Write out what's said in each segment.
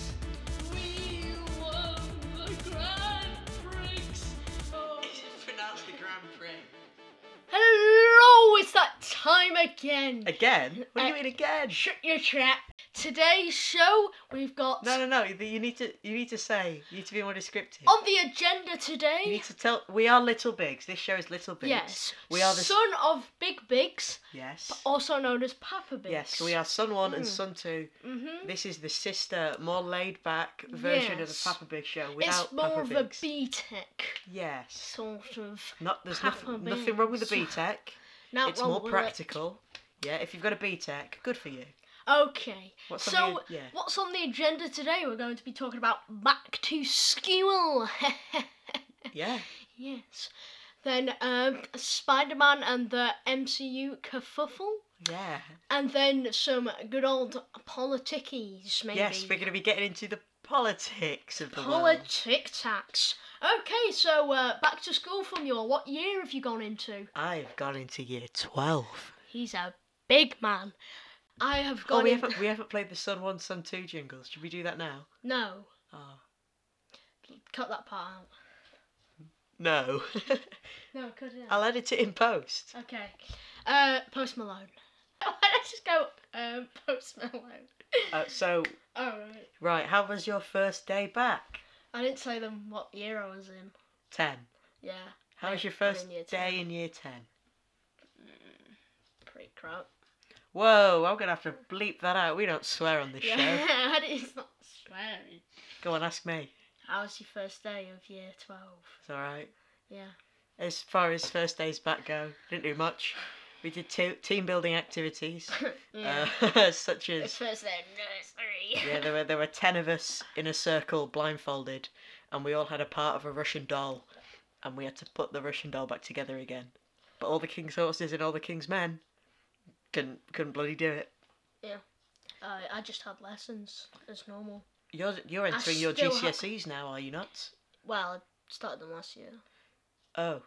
Oh. again. Again? What do you Uh, mean again? Shut your trap. Today's show, we've got No, no, no. You need to. You need to say. You need to be more descriptive. on the agenda You today. need to tell. We are Little Bigs. This show is Little Bigs. Yes, We are the. s- son of Big Bigs, yes. also known as Papa Bigs. Yes. We are Son One and Mm. Son Two. hmm This is the sister, more laid back version of the Yes. Papa Big show without It's more Papa of a Bigs. B Tech yes. sort of. Not there's Papa nothing, nothing wrong with the B Bigs. Tech. Now It's more practical. Yeah. If you've got a B Tech, good for you. Okay. What's so, on the, yeah. what's on the agenda today? We're going to be talking about back to school. Yeah. yes. Then um, Spider Man and the MCU kerfuffle. Yeah. And then some good old politickies, maybe. Yes. We're going to be getting into the politics of the world. Politic tax. Okay, so uh, back to school from you. all. What year have you gone into? I've gone into year twelve. He's a big man. I have gone oh, we in- haven't we haven't played the Sun One, Sun Two jingles. Should we do that now? No, Oh cut that part out. no, No, cut it out. I'll edit it in post. Okay. Uh, Post Malone. Why don't I just go um, Post Malone? Uh, so Alright. right, how was your first day back? I didn't say them what year I was in. Ten. Yeah, How was I- your I'm in first year day 10. in year ten? Mm. pretty crap. Whoa, I'm gonna have to bleep that out. We don't swear on this Yeah, show. it's not swearing. Go on, ask me. How was your first day of year 12? It's all right. Yeah. As far as first days back go, didn't do much. We did two team building activities, yeah. uh, such The as first day of nursery. yeah, there were there were ten of us in a circle, blindfolded, and we all had a part of a Russian doll, and we had to put the Russian doll back together again. But all the king's horses and all the king's men couldn't couldn't bloody do it. Uh, I just had lessons as normal. You're you're entering your still ha- GCSEs now, are you not? Well, I started them last year. Oh,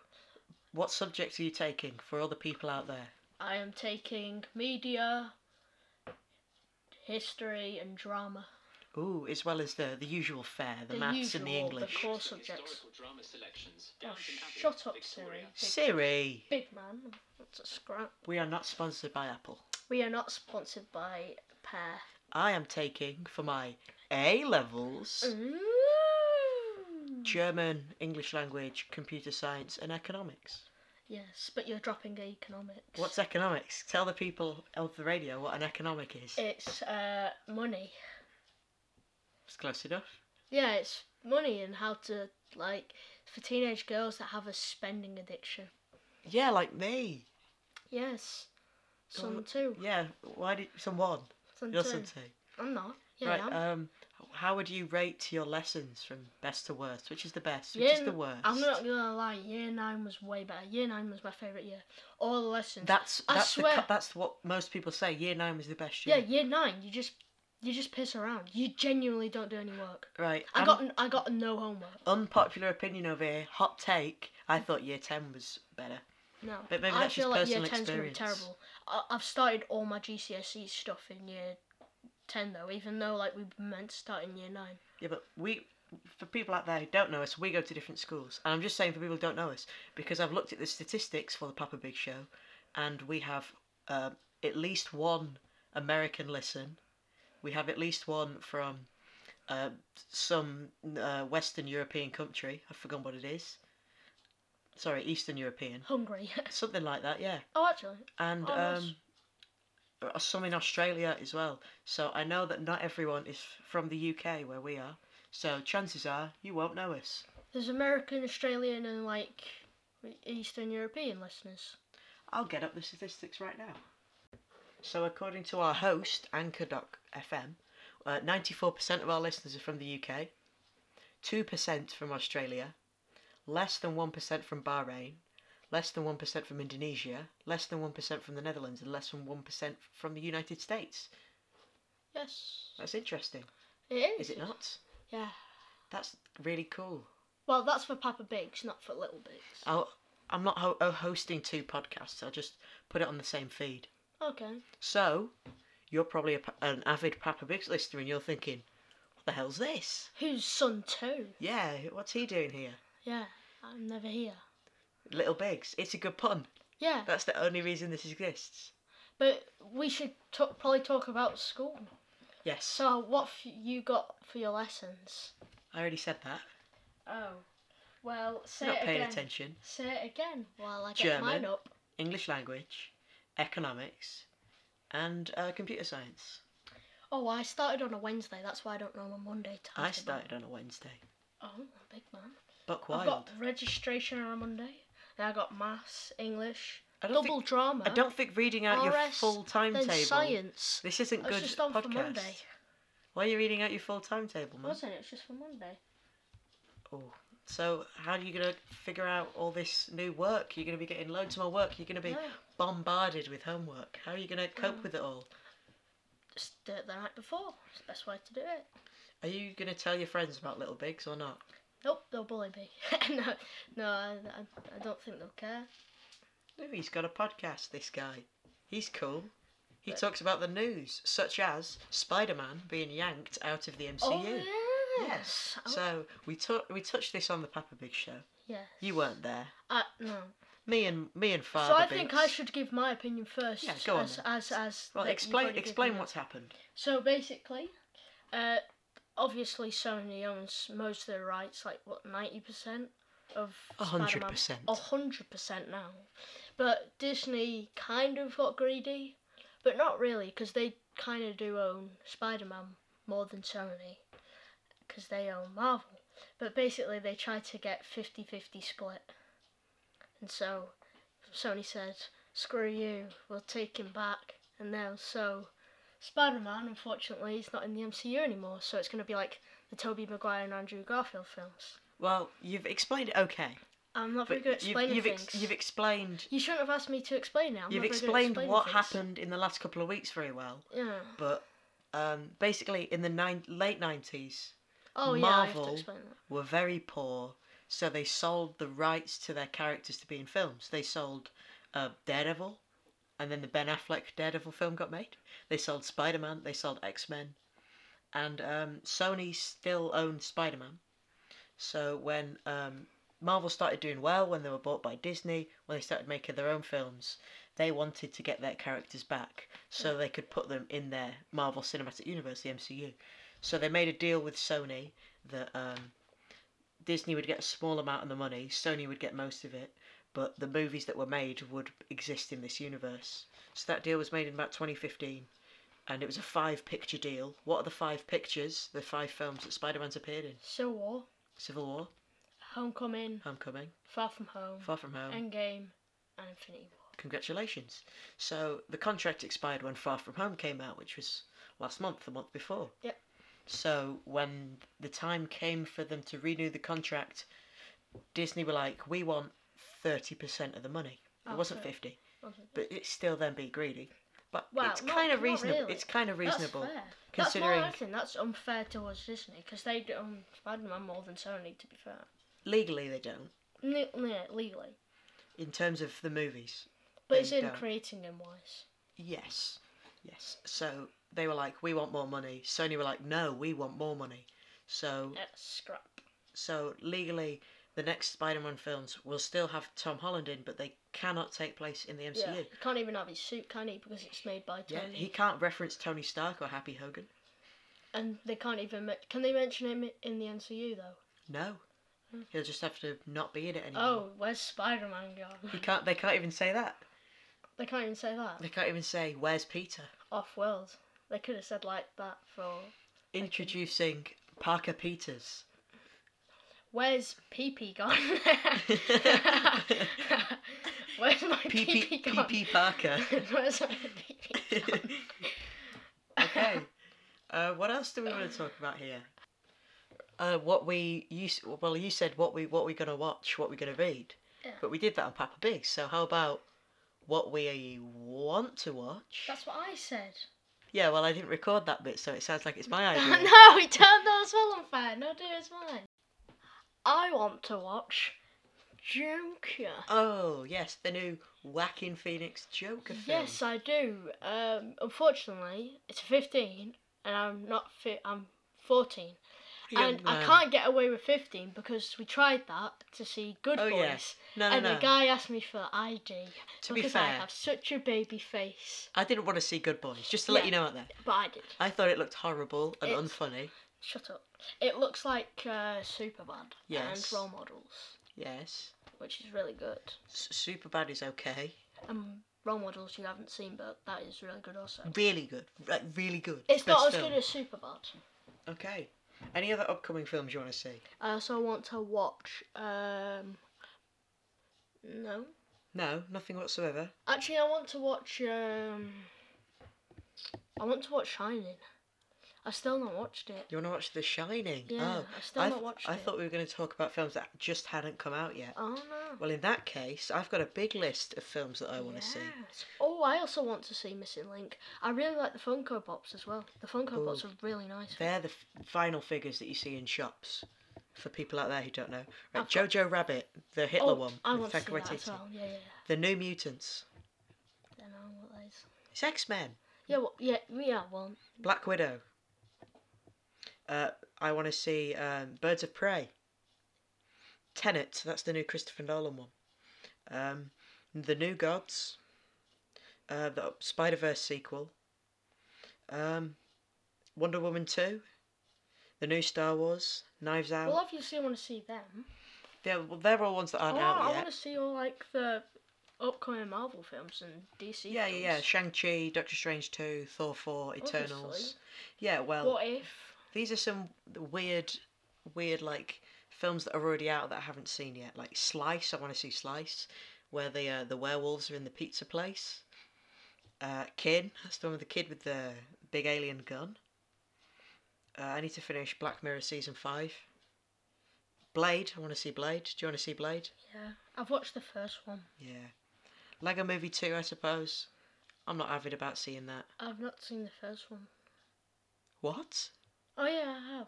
what subjects are you taking for all the people out there? I am taking media, history, and drama. Ooh, as well as the the usual fare, the, The maths usual, and the English. The core subjects. Historical drama selections. Oh, Downton Abbey, shut up, Siri. Victoria. Siri, Big man. That's a scrap. we are not sponsored by Apple. We are not sponsored by Pear. I am taking for my A levels. Mm. German, English language, computer science, and economics. Yes, but you're dropping economics. What's economics? Tell the people of the radio what an economic is. It's uh, money. It's close enough. Yeah, it's money and how to, like, for teenage girls that have a spending addiction. Yeah, like me. Yes. Some Oh, too. Yeah, why did someone? Some You're too. some two. I'm not. Yeah, right. I'm. Um, how would you rate your lessons from best to worst? Which is the best? Which Yeah, is the worst? I'm not gonna lie, year nine was way better. Year nine was my favourite year. All the lessons. That's I that's the swear- cu- that's what most people say. Year nine was the best yeah, year. year nine, you just you just piss around. You genuinely don't do any work. Right. I un- got n- I got no homework. unpopular opinion over here. Hot take. I thought year ten was better. No. But maybe I that's feel just like year personal 10's gonna be experience. terrible. I, I've started all my GCSE E stuff in year ten though, even though like we were meant to start in year nine. Yeah, but we, for people out there who don't know us, we go to different schools. And I'm just saying for people who don't know us, because I've looked at the statistics for the Papa Big Show, and we have um, at least one American listen. We have at least one from uh, some uh, Western European country. I've forgotten what it is. Sorry, Eastern European. Hungry. Something like that, yeah. oh actually. And Oh, nice. um, uh, some in Australia as well. So I know that not everyone is from the UK where we are. So chances are you won't know us. There's American, Australian and like Eastern European listeners. I'll get up the statistics right now. So according to our host, Anchor.fm, uh, 94% of our listeners are from the UK, 2% from Australia, less than 1% from Bahrain, less than 1% from Indonesia, less than 1% from the Netherlands, and less than 1% from the United States. Yes. That's interesting. It is. Is it not? Yeah. That's really cool. Well, that's for Papa Biggs, not for Little Biggs. I'll, I'm not ho- oh, hosting two podcasts. I'll just put it on the same feed. Okay. So, you're probably a, pa- an avid Papa Biggs listener, and you're thinking, "What the hell's this? Who's Son Two? Yeah, what's he doing here? Yeah, I'm never here. Little Biggs. It's a good pun. Yeah, That's the only reason this exists. But we should t- probably talk about school. Yes. So, what f- you got for your lessons? I already said that. Oh, well, say You're not it paying again. attention. Say it again while I get German. mine up. English language, economics, and uh, computer science. Oh, I started on a Wednesday. That's why I don't know my Monday time. I started on a Wednesday. Oh, big man. Buck Wild. I've got registration on a Monday. Then I got maths, English, I don't double think- drama. I don't think reading out your RS, full then timetable. science. This isn't I was good just on podcast. Hmm? for Monday, Why are you reading out your full timetable, man? wasn't it? It was just for Monday. Oh, so how are you gonna figure out all this new work? You're gonna be getting loads more work. You're gonna be Yeah. bombarded with homework. How are you gonna cope with it all? Just do it the night before. It's the best way to do it. Are you gonna tell your friends about Little Bigs or not? Nope, they'll bully me. no, no, I, I, I don't think they'll care. No, he's got a podcast. This guy, he's cool. He talks about the news, such as Spider-Man being yanked out of the MCU. Oh, yes. Yes. Oh, So we tou- we touched this on the Papa Big Show. yes. You weren't there. Uh, no. Me and me and Father. So I think Biggs. I should give my opinion first. Yeah, go on As, then. as, as Well, that you've explain already given explain me. what's happened. So basically, uh, obviously Sony owns most of the rights, like what ninety percent of A hundred Spider-Man? Oh. percent. A hundred percent now, but Disney kind of got greedy, but not really, because they kind of do own Spider-Man more than Sony, because they own Marvel. But basically, they tried to get 50-50 split, and so Sony said, "Screw you, we'll take him back." And now so. Spider Man, unfortunately, is not in the MCU anymore, so it's going to be like the Tobey Maguire and Andrew Garfield films. Well, you've explained it okay. I'm not very But good at explaining you've, you've, things. ex- you've explained you shouldn't have asked me to explain it. I'm you've not very good at explained explaining what things. happened in the last couple of weeks very well. Yeah. But um, basically, in the nine- late nineties, Oh, yeah, I have to Marvel- explain that. were very poor, so they sold the rights to their characters to be in films. They sold uh, Daredevil, and then the Ben Affleck Daredevil film got made. They sold Spider Man, they sold X Men, and um, Sony still owned Spider Man. So when um, Marvel started doing well, when they were bought by Disney, when they started making their own films, they wanted to get their characters back so they could put them in their Marvel Cinematic Universe, the MCU. So they made a deal with Sony that um, Disney would get a small amount of the money, Sony would get most of it, but the movies that were made would exist in this universe. So that deal was made in about 2015, and it was a five picture deal. What are the five pictures, the five films that Spider Man's appeared in? Civil War, Civil War, Homecoming, Homecoming, Far From Home, Far From Home, Endgame, and Infinity War. congratulations. So the contract expired when Far From Home came out, which was last month, the month before. Yep. So when the time came for them to renew the contract, Disney were like, "We want thirty percent of the money." It Oh, wasn't sorry. fifty, Wasn't but it's still then be greedy. But Well, it's not- kind of not reasonable. really. It's kind of reasonable. That's fair. That's considering- more anything. That's unfair towards Disney because they own Spider Man more than Sony. To be fair, Legally, they don't. Ne- ne- legally, In terms of the movies, but They it's in don't. creating them wise. Yes, yes. So they were like, "We want more money." Sony were like, "No, we want more money." So That's scrap. So legally, the next Spider-Man films will still have Tom Holland in, but they cannot take place in the MCU. Yeah, he can't even have his suit, can he? Because it's made by Yeah, Tony. he can't reference Tony Stark or Happy Hogan. And they can't even. men- Can they mention him in the MCU though? No, Hmm. he'll just have to not be in it anymore. Oh, where's Spider-Man He gone? can't. They can't even say that. they can't even say that. They can't even say where's Peter. Off-world. They could have said like that for Introducing Parker Peters. where's Pee Pee gone? where's my Pee Pee PP gone? PP Parker. where's my Pee Pee? okay. Uh, what else do we want to talk about here? Uh, what we you s- well you said what we what we're gonna watch, what we're gonna read, Yeah. but we did that on Papa Big. So how about what we want to watch? That's what I said. Yeah, well I didn't record that bit, so it sounds like it's my idea. no, we don't. That's well unfair. No, do it's mine. I want to watch Joker. oh yes, the new Whacking Phoenix Joker film. Yes, I do. Um, unfortunately, it's a 15, and I'm not. Fi- I'm 14, young and I man. can't get away with 15 because we tried that to see Good Oh, Boys. yeah. No, no, and no. the guy asked me for ID To be because I fair, have such a baby face. I didn't want to see Good Boys. Just to let Yeah. you know out there, But I did. I thought it looked horrible and It's- unfunny. Shut up. It looks like uh, Superbad Yes. and Role Models, Yes, which is really good. super bad is okay. Um, Role Models you haven't seen, but that is really good also. Really good, like really good. It's not Best as film. good as Superbad. Okay. Any other upcoming films you want to see? uh, I also want to watch. Um, no, No, nothing whatsoever. actually, I want to watch. Um, I want to watch Shining. I still not watched it. You want to watch The Shining? oh, Yeah, I still I, not th- watched I it. thought we were going to talk about films that just hadn't come out yet. Oh no. Well, in that case, I've got a big list of films that I want to see. Yes. Oh, I also want to see Missing Link. I really like the Funko Pops as well. The Funko Ooh. Pops are really nice. They're the f- final figures that you see in shops. For people out there who don't know, right? I've got- Jojo Rabbit, the Hitler oh, one, I with want to see Taika that as Waititi. well. Yeah, yeah. yeah. The New Mutants. Don't know what that is. It's X Men. Yeah, well, yeah, yeah, one. Black Widow. Uh, I want to see um, Birds of Prey. Tenet. That's the new Christopher Nolan one. Um, the New Gods. Uh, the Spider Verse sequel. Um, Wonder Woman two. The new Star Wars. Knives Out. Well, obviously, I want to see them. They're, well, they're all ones that Oh, aren't I out want yet. to see all like the upcoming Marvel films and DC. Yeah, yeah, yeah. films. Shang Chi, Doctor Strange two, Thor four, Eternals. Obviously. Yeah, well. What if? These are some weird, weird like films that are already out that I haven't seen yet. Like Slice, I want to see Slice, where the uh, the werewolves are in the pizza place. Uh, Kin, that's the one with the kid with the big alien gun. Uh, I need to finish Black Mirror season five. Blade, I want to see Blade. Do you want to see Blade? Yeah, I've watched the first one. Yeah. Lego Movie two, I suppose. I'm not avid about seeing that. I've not seen the first one. What? Oh yeah, I have.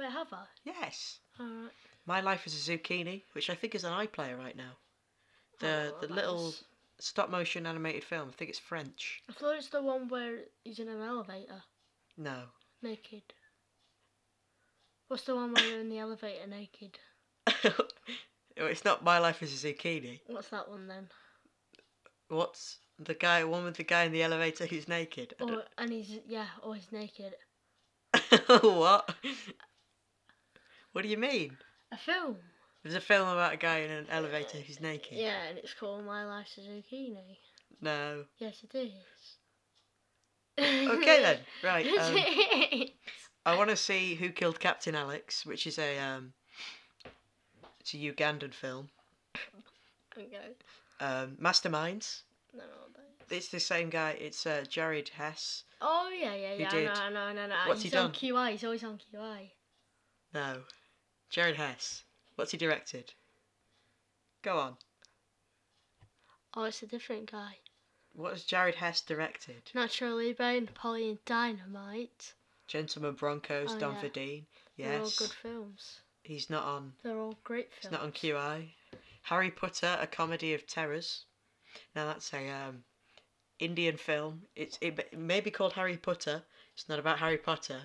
Wait, have I? Yes. Alright. My Life as a Zucchini, which I think is an iPlayer right now. The I don't know what the Oh, that little is. stop motion animated film. I think it's French. I thought it's the one where he's in an elevator, No. naked. What's the one where you're in the elevator naked? it's not My Life as a Zucchini. What's that one then? What's the guy one with the guy in the elevator who's naked? I Or and he's yeah, or he's naked. don't- what? What do you mean? A film. There's a film about a guy in an elevator who's naked. Yeah, and it's called My Life as a Zucchini. No. Yes, it is. Okay then. Right. Yes, Um, it is. I want to see Who Killed Captain Alex, which is a um, it's a Ugandan film. okay. Um, Masterminds. No, no, but- It's the same guy. It's uh, Jared Hess. Oh yeah, yeah, He yeah. did. I know, I know, I know. I know. What's he he's on done? QI. He's always on QI. No, Jared Hess. What's he directed? Go on. Oh, it's a different guy. What has Jared Hess directed? Naturally, by Napoleon Dynamite. Gentleman Broncos, Oh, Don yeah. Verdeen. They're all Yes. good films. He's not on. They're all great films. He's not on QI. Harry Potter: A Comedy of Terrors. Now that's a um, Indian film. It's it, b- it may be called Harry Potter. It's not about Harry Potter.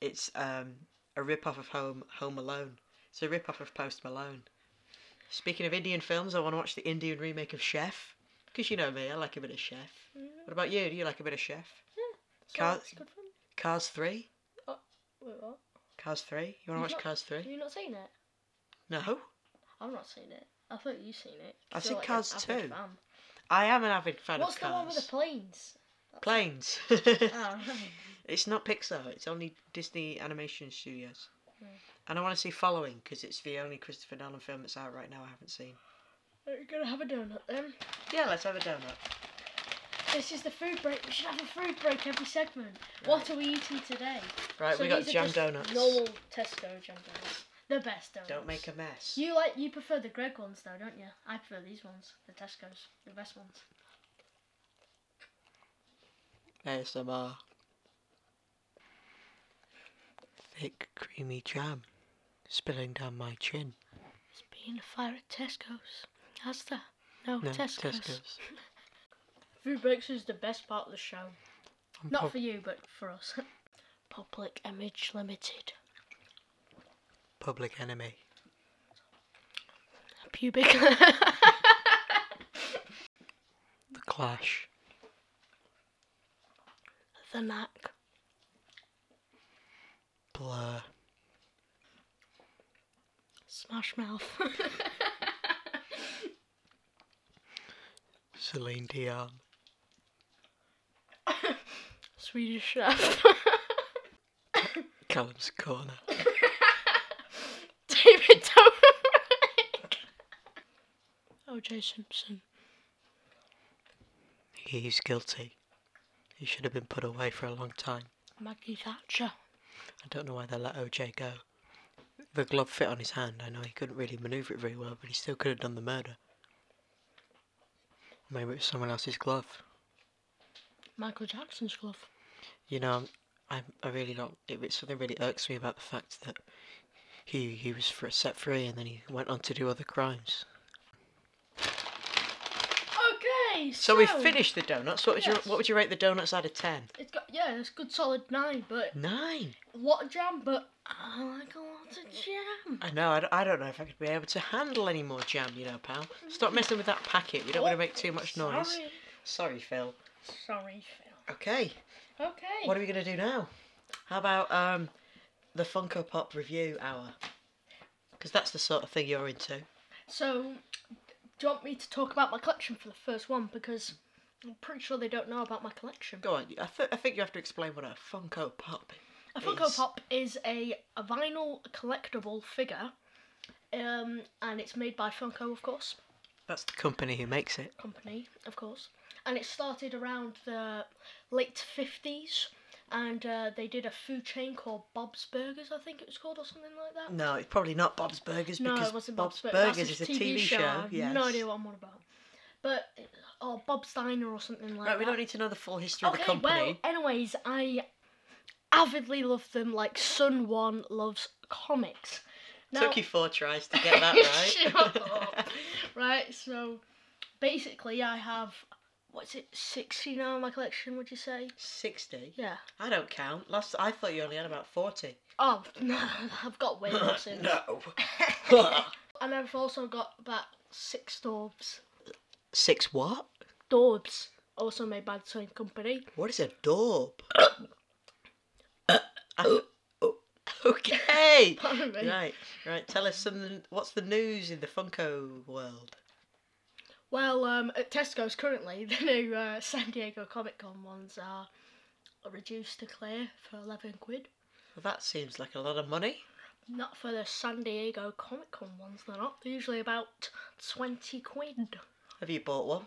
It's um, a rip off of Home Home Alone. It's a rip off of Post Malone. Speaking of Indian films, I want to watch the Indian remake of Chef. Because you know me, I like a bit of Chef. Mhm. What about you? Do you like a bit of Chef? So Cars- it's a good film. Cars 3? Wait, what? Cars 3? You want You've to not- watch Cars Have 3? you not seen it? No. I've not seen it. I thought you've seen it. I've 'cause you're, seen like, an Cars avid 2. fan. I am an avid fan What's of the Cars. one with the planes? Planes. Ah, right. It's not Pixar. It's only Disney Animation Studios. Mm. And I want to see Following because it's the only Christopher Nolan film that's out right now I haven't seen. We're gonna have a donut then. Yeah, let's have a donut. This is the food break. We should have a food break every segment. What are we eating today? Right, So we got these are jam just donuts. Normal Tesco jam donuts. The best donuts. Don't make a mess. You like you prefer the Greg ones though, don't you? I prefer these ones, the Tesco's, the best ones. ASMR. Thick, creamy jam spilling down my chin. It's been a fire at Tesco's. Has there? No, No, Tesco's. Tesco's. Food breaks is the best part of the show. I'm Not prob- for you, but for us. Public Image Limited. Public Enemy. Pubic. The Clash. the knack. Blur. Smash mouth. Celine Dion. Swedish chef. Callum's Corner. David Dobrik. OJ Oh, Simpson. He's guilty. He should have been put away for a long time. Maggie Thatcher. I don't know why they let OJ go. The glove fit on his hand. I know he couldn't really manoeuvre it very well, but he still could have done the murder. Maybe it was someone else's glove. Michael Jackson's glove. You know, I, I really don't. It, it something really irks me about the fact that he he was fr- set free and then he went on to do other crimes. Okay, So we finished the donuts. What would Yes. you what would you rate the donuts out of ten? It's got yeah, it's a good solid nine, but Nine. a lot of jam, but I like a lot of jam. I know. I, d- I don't know if I could be able to handle any more jam. You know, pal. Stop messing with that packet. We don't want to make too much noise. Sorry, Sorry Phil. sorry, Phil. Okay. Okay. What are we going to do now? How about um, the Funko Pop review hour? Because that's the sort of thing you're into. So, do you want me to talk about my collection for the first one because I'm pretty sure they don't know about my collection. Go on. I, th- I think you have to explain what a Funko Pop. A Funko is- Pop is a, a vinyl collectible figure, um, and it's made by Funko, of course, That's the company who makes it. company, of course, and it started around the late fifties, and uh, they did a food chain called Bob's Burgers, I think it was called, or something like that. No, it's probably not Bob's Burgers No, because it wasn't Bob's, Bur- that's Burgers is his a TV, show. I have yes. No idea what I'm on about, but or Bob's Diner or something like Right, that. we don't need to know the full history of the okay, well, company. anyways, I avidly love them like Sun One loves comics. Took you four tries to get that right. Shut up. right, so basically, I have what's it, 60 now in my collection, would you say? Sixty. Yeah. I don't count. Last I thought you only had about forty. Oh, no, I've got way more since. And I've also got about six Dorbs. Six what? Dorbs, also made by the same company. What is a daub? okay. Pardon me. Right, right. Tell us some. What's the news in the Funko world? Well, um, at Tesco's currently, the new uh, San Diego Comic Con ones are reduced to clear for 11 quid. Well, that seems like a lot of money. Not for the San Diego Comic Con ones, they're not. They're usually about 20 quid. Have you bought one?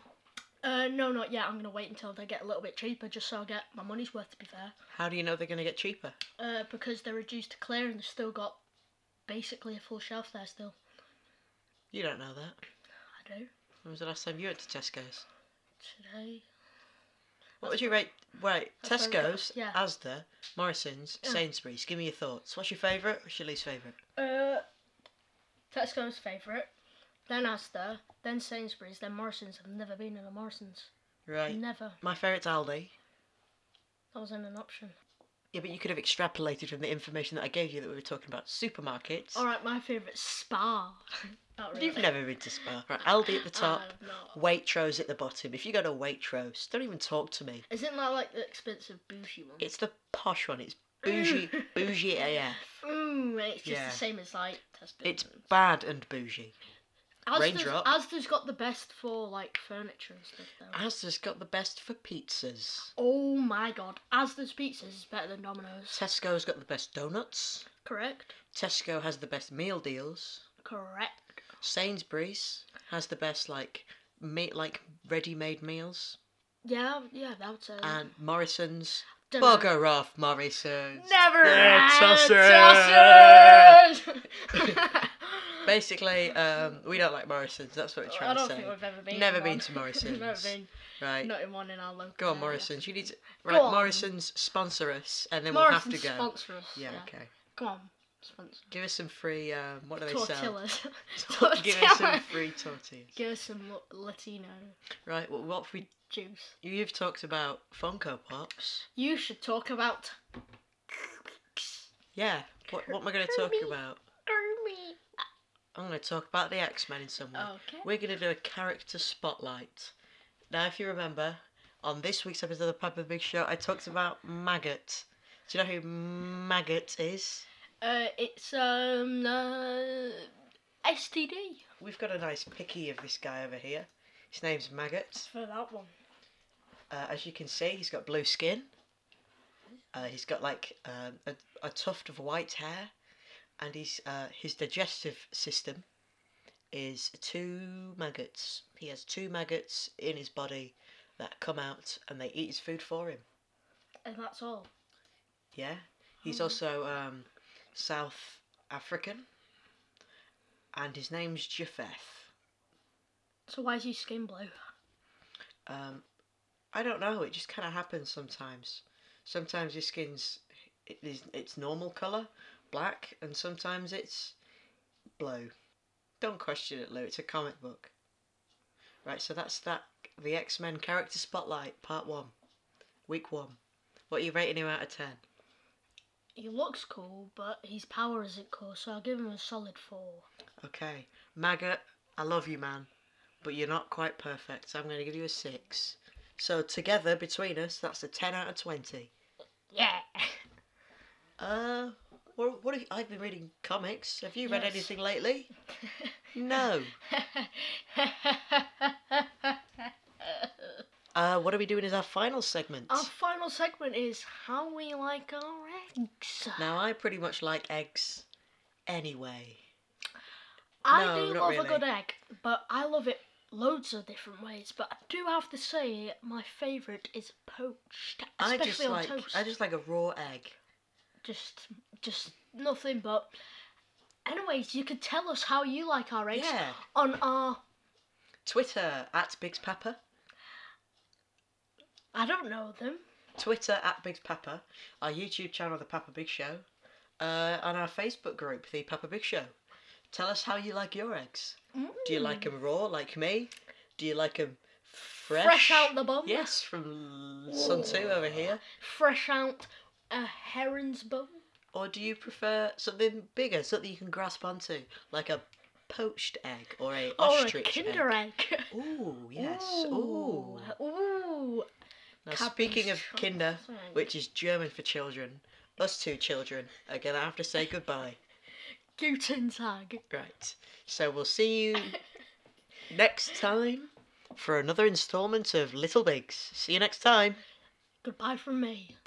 Uh, no, not yet. I'm going to wait until they get a little bit cheaper just so I get my money's worth, to be fair. How do you know they're going to get cheaper? Uh, because they're reduced to clear and they've still got basically a full shelf there still. You don't know that. I do. When was the last time you went to Tesco's? Today. What would you rate? Wait, That's where we Tesco's, go. Yeah. Asda, Morrison's, Sainsbury's. Give me your thoughts. What's your favourite? What's your least favourite? Uh, Tesco's favourite, then Asda, then Sainsbury's, then Morrison's. I've never been in a Morrison's. Right. Never. My favourite's Aldi. That wasn't an option. Yeah, but you could have extrapolated from the information that I gave you that we were talking about supermarkets. Alright, my favourite Spa. not really. You've never been to Spa. Right, Aldi at the top, I've not. Waitrose at the bottom. If you go to Waitrose, don't even talk to me. Isn't that like the expensive bougie one? It's the posh one. It's bougie, bougie AF. Ooh, Mm, it's just Yeah. the same as like Tesco's. It's bad and bougie. Asda's, Raindrop. Asda's got the best for like furniture and stuff though. Asda's got the best for pizzas. oh my god, Asda's pizzas is better than Domino's. Tesco's got the best donuts. Correct. Tesco has the best meal deals. Correct. Sainsbury's has the best like meat like ready-made meals. Yeah, yeah, that would say. And Morrison's Dunno. bugger off, Morrison's. Never Yeah, had Tosser. Tossers. Basically, um, we don't like Morrison's. That's what we're I trying don't to say. think we've ever been. Never in been one. to Morrison's. Never been. Right. Not in one in our local. Go on, area. Morrison's. You need to... Right, on. Morrison's sponsor us, and then Morrison's we'll have to go. sponsor us. yeah, okay. Come on, sponsor. Give us some free. Um, what do they sell? Tortillas. Give us some Tortillas. free tortillas. Give us some lo- Latino Right. Well, what we juice. you've talked about Funko Pops. You should talk about Yeah. What what am I going to talk Kirby. about? Kirby. I'm going to talk about the X Men in some way. Okay. We're going to do a character spotlight. Now, if you remember, on this week's episode of the Papa Big Show, I talked about Maggot. Do you know who Maggot is? Uh, it's um uh, STD. We've got a nice picky of this guy over here. His name's Maggot. For that one. Uh, as you can see, he's got blue skin. Uh, he's got like um, a, a tuft of white hair, and he's uh, his digestive system is two maggots. He has two maggots in his body that come out and they eat his food for him. And that's all. Yeah, he's also um, South African, and his name's Japheth. So why is his skin blue? Um, I don't know. It just kind of happens sometimes. Sometimes your skin's it is its normal color, black, and sometimes it's blue. Don't question it, Lou. It's a comic book. Right. So that's that. The X Men character spotlight, part one, week one. What are you rating him out of ten? He looks cool, but his power isn't cool, so I'll give him a solid four. Okay, maggot. I love you, man, but you're not quite perfect. So I'm going to give you a six. So together between us, that's a ten out of twenty. Yeah. Uh, what, what have, I've been reading comics. Have you read Yes. anything lately? no. Uh, what are we doing as our final segment? Our final segment is how we like our eggs. Now, I pretty much like eggs anyway. I no, do not love really. a good egg, but I love it loads of different ways. But I do have to say, my favourite is poached, I especially just on like toast. I just like a raw egg. just just nothing but anyways you could tell us how you like our eggs Yeah. on our Twitter at Biggs Papa. i don't know them Twitter at Biggs Papa. Our YouTube channel, The Papa Big Show. Uh, and our Facebook group, The Papa Big Show. Tell us how you like your eggs. Do you like Hmm. them raw, like me? Do you like them fresh? Mm. fresh out the bone Yes, from Sun Tzu over here. fresh out a heron's bone Or do you prefer something bigger, something you can grasp onto, like a poached egg or a or a ostrich kinder egg, egg? Ooh, yes. Ooh. ooh, Ooh. Now, Cabbage speaking of chocolate kinder, egg. which is German for children, us two children are gonna have to say goodbye. guten tag Right. So we'll see you next time for another instalment of Little Bigs. See you next time. goodbye from me